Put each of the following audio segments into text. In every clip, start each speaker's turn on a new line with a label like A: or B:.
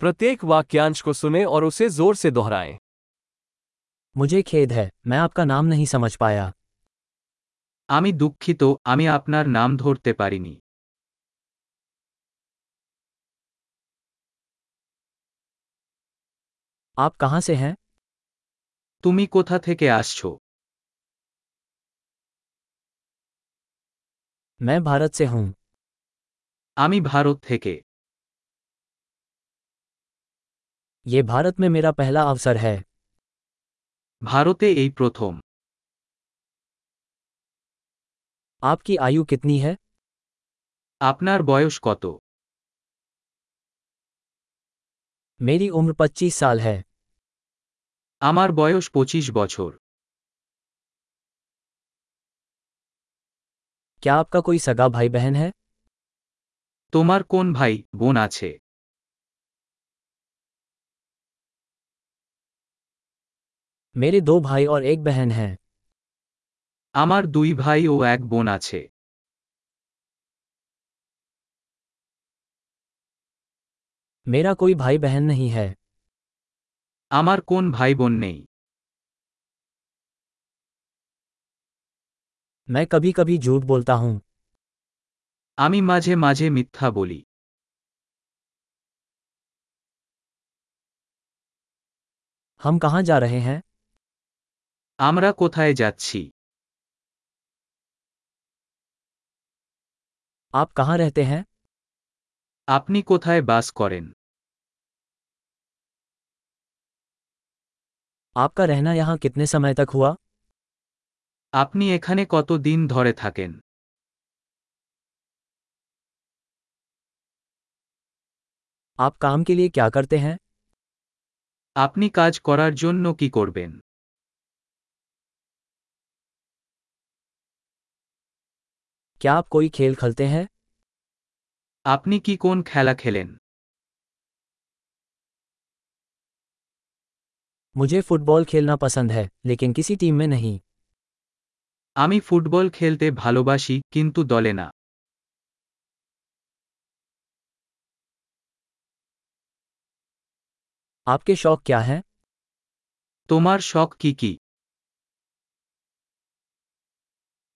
A: प्रत्येक वाक्यांश को सुने और उसे जोर से दोहराएं
B: मुझे खेद है मैं आपका नाम नहीं समझ पाया
C: আমি দুঃখিত আমি আপনার নাম ধরতে পারিনি
B: आप कहाँ से हैं
C: তুমি কোথা থেকে আসছো
B: मैं भारत से हूँ
C: আমি ভারত থেকে
B: ये भारत में मेरा पहला अवसर है
C: ভারতে এই প্রথম
B: आपकी आयु कितनी है
C: আপনার বয়স কত
B: मेरी उम्र 25 साल है
C: আমার বয়স পঁচিশ বছর
B: क्या आपका कोई सगा भाई बहन है
C: তোমার কোন ভাই বোন আছে
B: मेरे दो भाई और एक बहन हैं
C: আমার দুই ভাই ও এক বোন আছে
B: मेरा कोई भाई बहन नहीं है
C: আমার কোন ভাই বোন নেই
B: मैं कभी कभी झूठ बोलता हूँ
C: আমি মাঝে মাঝে মিথ্যা বলি
B: हम कहाँ जा रहे हैं
C: আমরা কোথায় যাচ্ছি
B: आप कहाँ रहते हैं
C: আপনি কোথায় বাস করেন
B: आपका रहना यहाँ कितने समय तक हुआ
C: আপনি এখানে কত দিন ধরে থাকেন
B: आप काम के लिए क्या करते हैं
C: আপনি কাজ করার জন্য কি করবেন
B: क्या आप कोई खेल खेलते हैं
C: আপনি কি কোন খেলা খেলেন
B: मुझे फुटबॉल खेलना पसंद है लेकिन किसी टीम में नहीं
C: আমি ফুটবল খেলতে ভালোবাসি কিন্তু দলে না
B: आपके शौक क्या हैं
C: তোমার শখ কি কি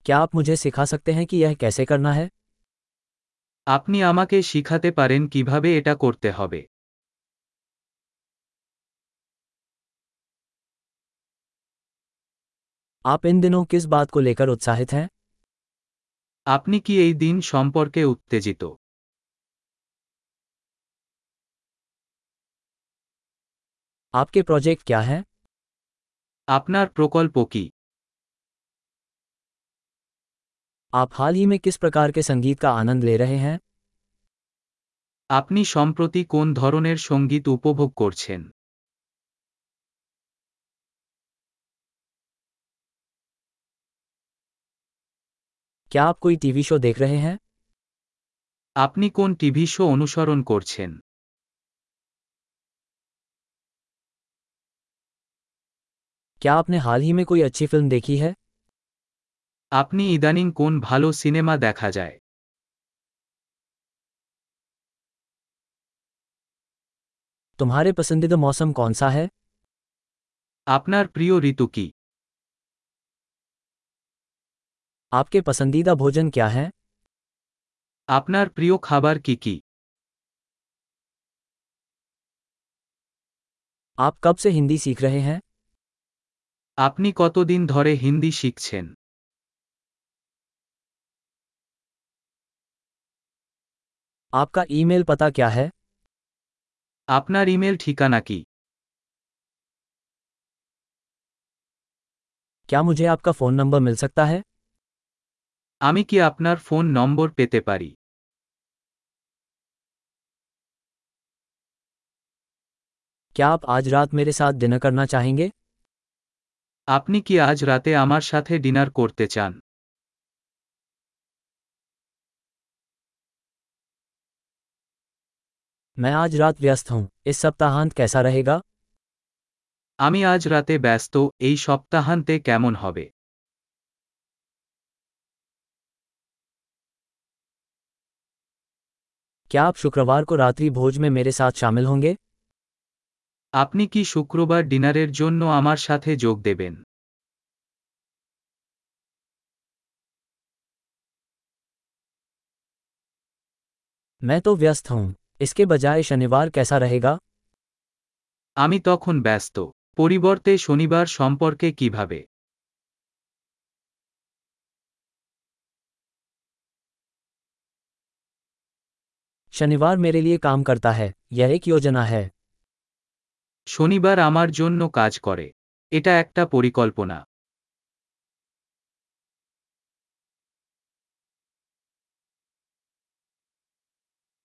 B: क्या आप मुझे सिखा सकते हैं कि यह कैसे करना है
C: আপনি আমাকে শিখাতে পারেন কিভাবে এটা করতে হবে
B: आप इन दिनों किस बात को लेकर उत्साहित हैं
C: আপনি কি এই দিন সম্পর্কে উত্তেজিত
B: आपके प्रोजेक्ट क्या हैं
C: আপনার প্রকল্প কি
B: आप हाल ही में किस प्रकार के संगीत का आनंद ले रहे हैं
C: আপনি সম্প্রতি কোন ধরনের সঙ্গীত উপভোগ করছেন
B: क्या आप कोई टीवी शो देख रहे हैं
C: আপনি কোন টিভি শো অনুসরণ করছেন
B: क्या आपने हाल ही में कोई अच्छी फिल्म देखी है
C: আপনি ইদানিং কোন ভালো সিনেমা দেখা যায়
B: तुम्हारे पसंदीदा मौसम कौन सा है
C: আপনার প্রিয় ঋতু কি
B: आपके पसंदीदा भोजन क्या है
C: আপনার প্রিয় খাবার কি কি
B: आप कब से हिंदी सीख रहे हैं
C: আপনি কতদিন ধরে হিন্দি শিখছেন
B: आपका ईमेल पता क्या है
C: আপনার ইমেল ঠিকানা কি
B: क्या मुझे आपका फ़ोन नंबर मिल सकता है
C: আমি কি আপনার ফোন নম্বর পেতে পারি
B: क्या आप आज रात मेरे साथ डिनर करना चाहेंगे
C: আপনি কি আজ রাতে আমার সাথে ডিনার করতে চান
B: मैं आज रात व्यस्त हूँ इस सप्ताहांत कैसा रहेगा
C: আমি আজ রাতে ব্যস্ত এই সপ্তাহান্তে কেমন হবে
B: क्या आप शुक्रवार को रात्रि भोज में मेरे साथ शामिल होंगे
C: আপনি কি শুক্রবার ডিনারের জন্য আমার সাথে যোগ দেবেন
B: मैं तो व्यस्त हूँ इसके बजाय शनिवार कैसा रहेगा
C: আমি তখন ব্যস্ত পরিবর্তে শনিবার সম্পর্কে কিভাবে
B: शनिवार मेरे लिए काम करता है यह एक योजना है
C: শনিবার আমার জন্য কাজ করে এটা একটা পরিকল্পনা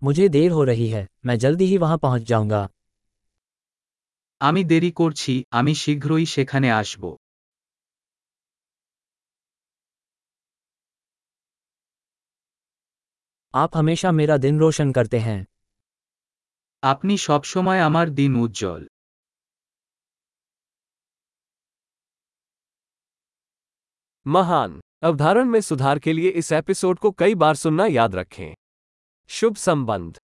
B: मुझे देर हो रही है मैं जल्दी ही वहाँ पहुँच जाऊँगा
C: আমি দেরি করছি আমি শীঘ্রই সেখানে আসব
B: आप हमेशा मेरा दिन रोशन करते हैं
C: আপনি সবসময় আমার দিন উজ্জ্বল
A: महान अवधारण में सुधार के लिए इस एपिसोड को कई बार सुनना याद रखें शुभ संबंध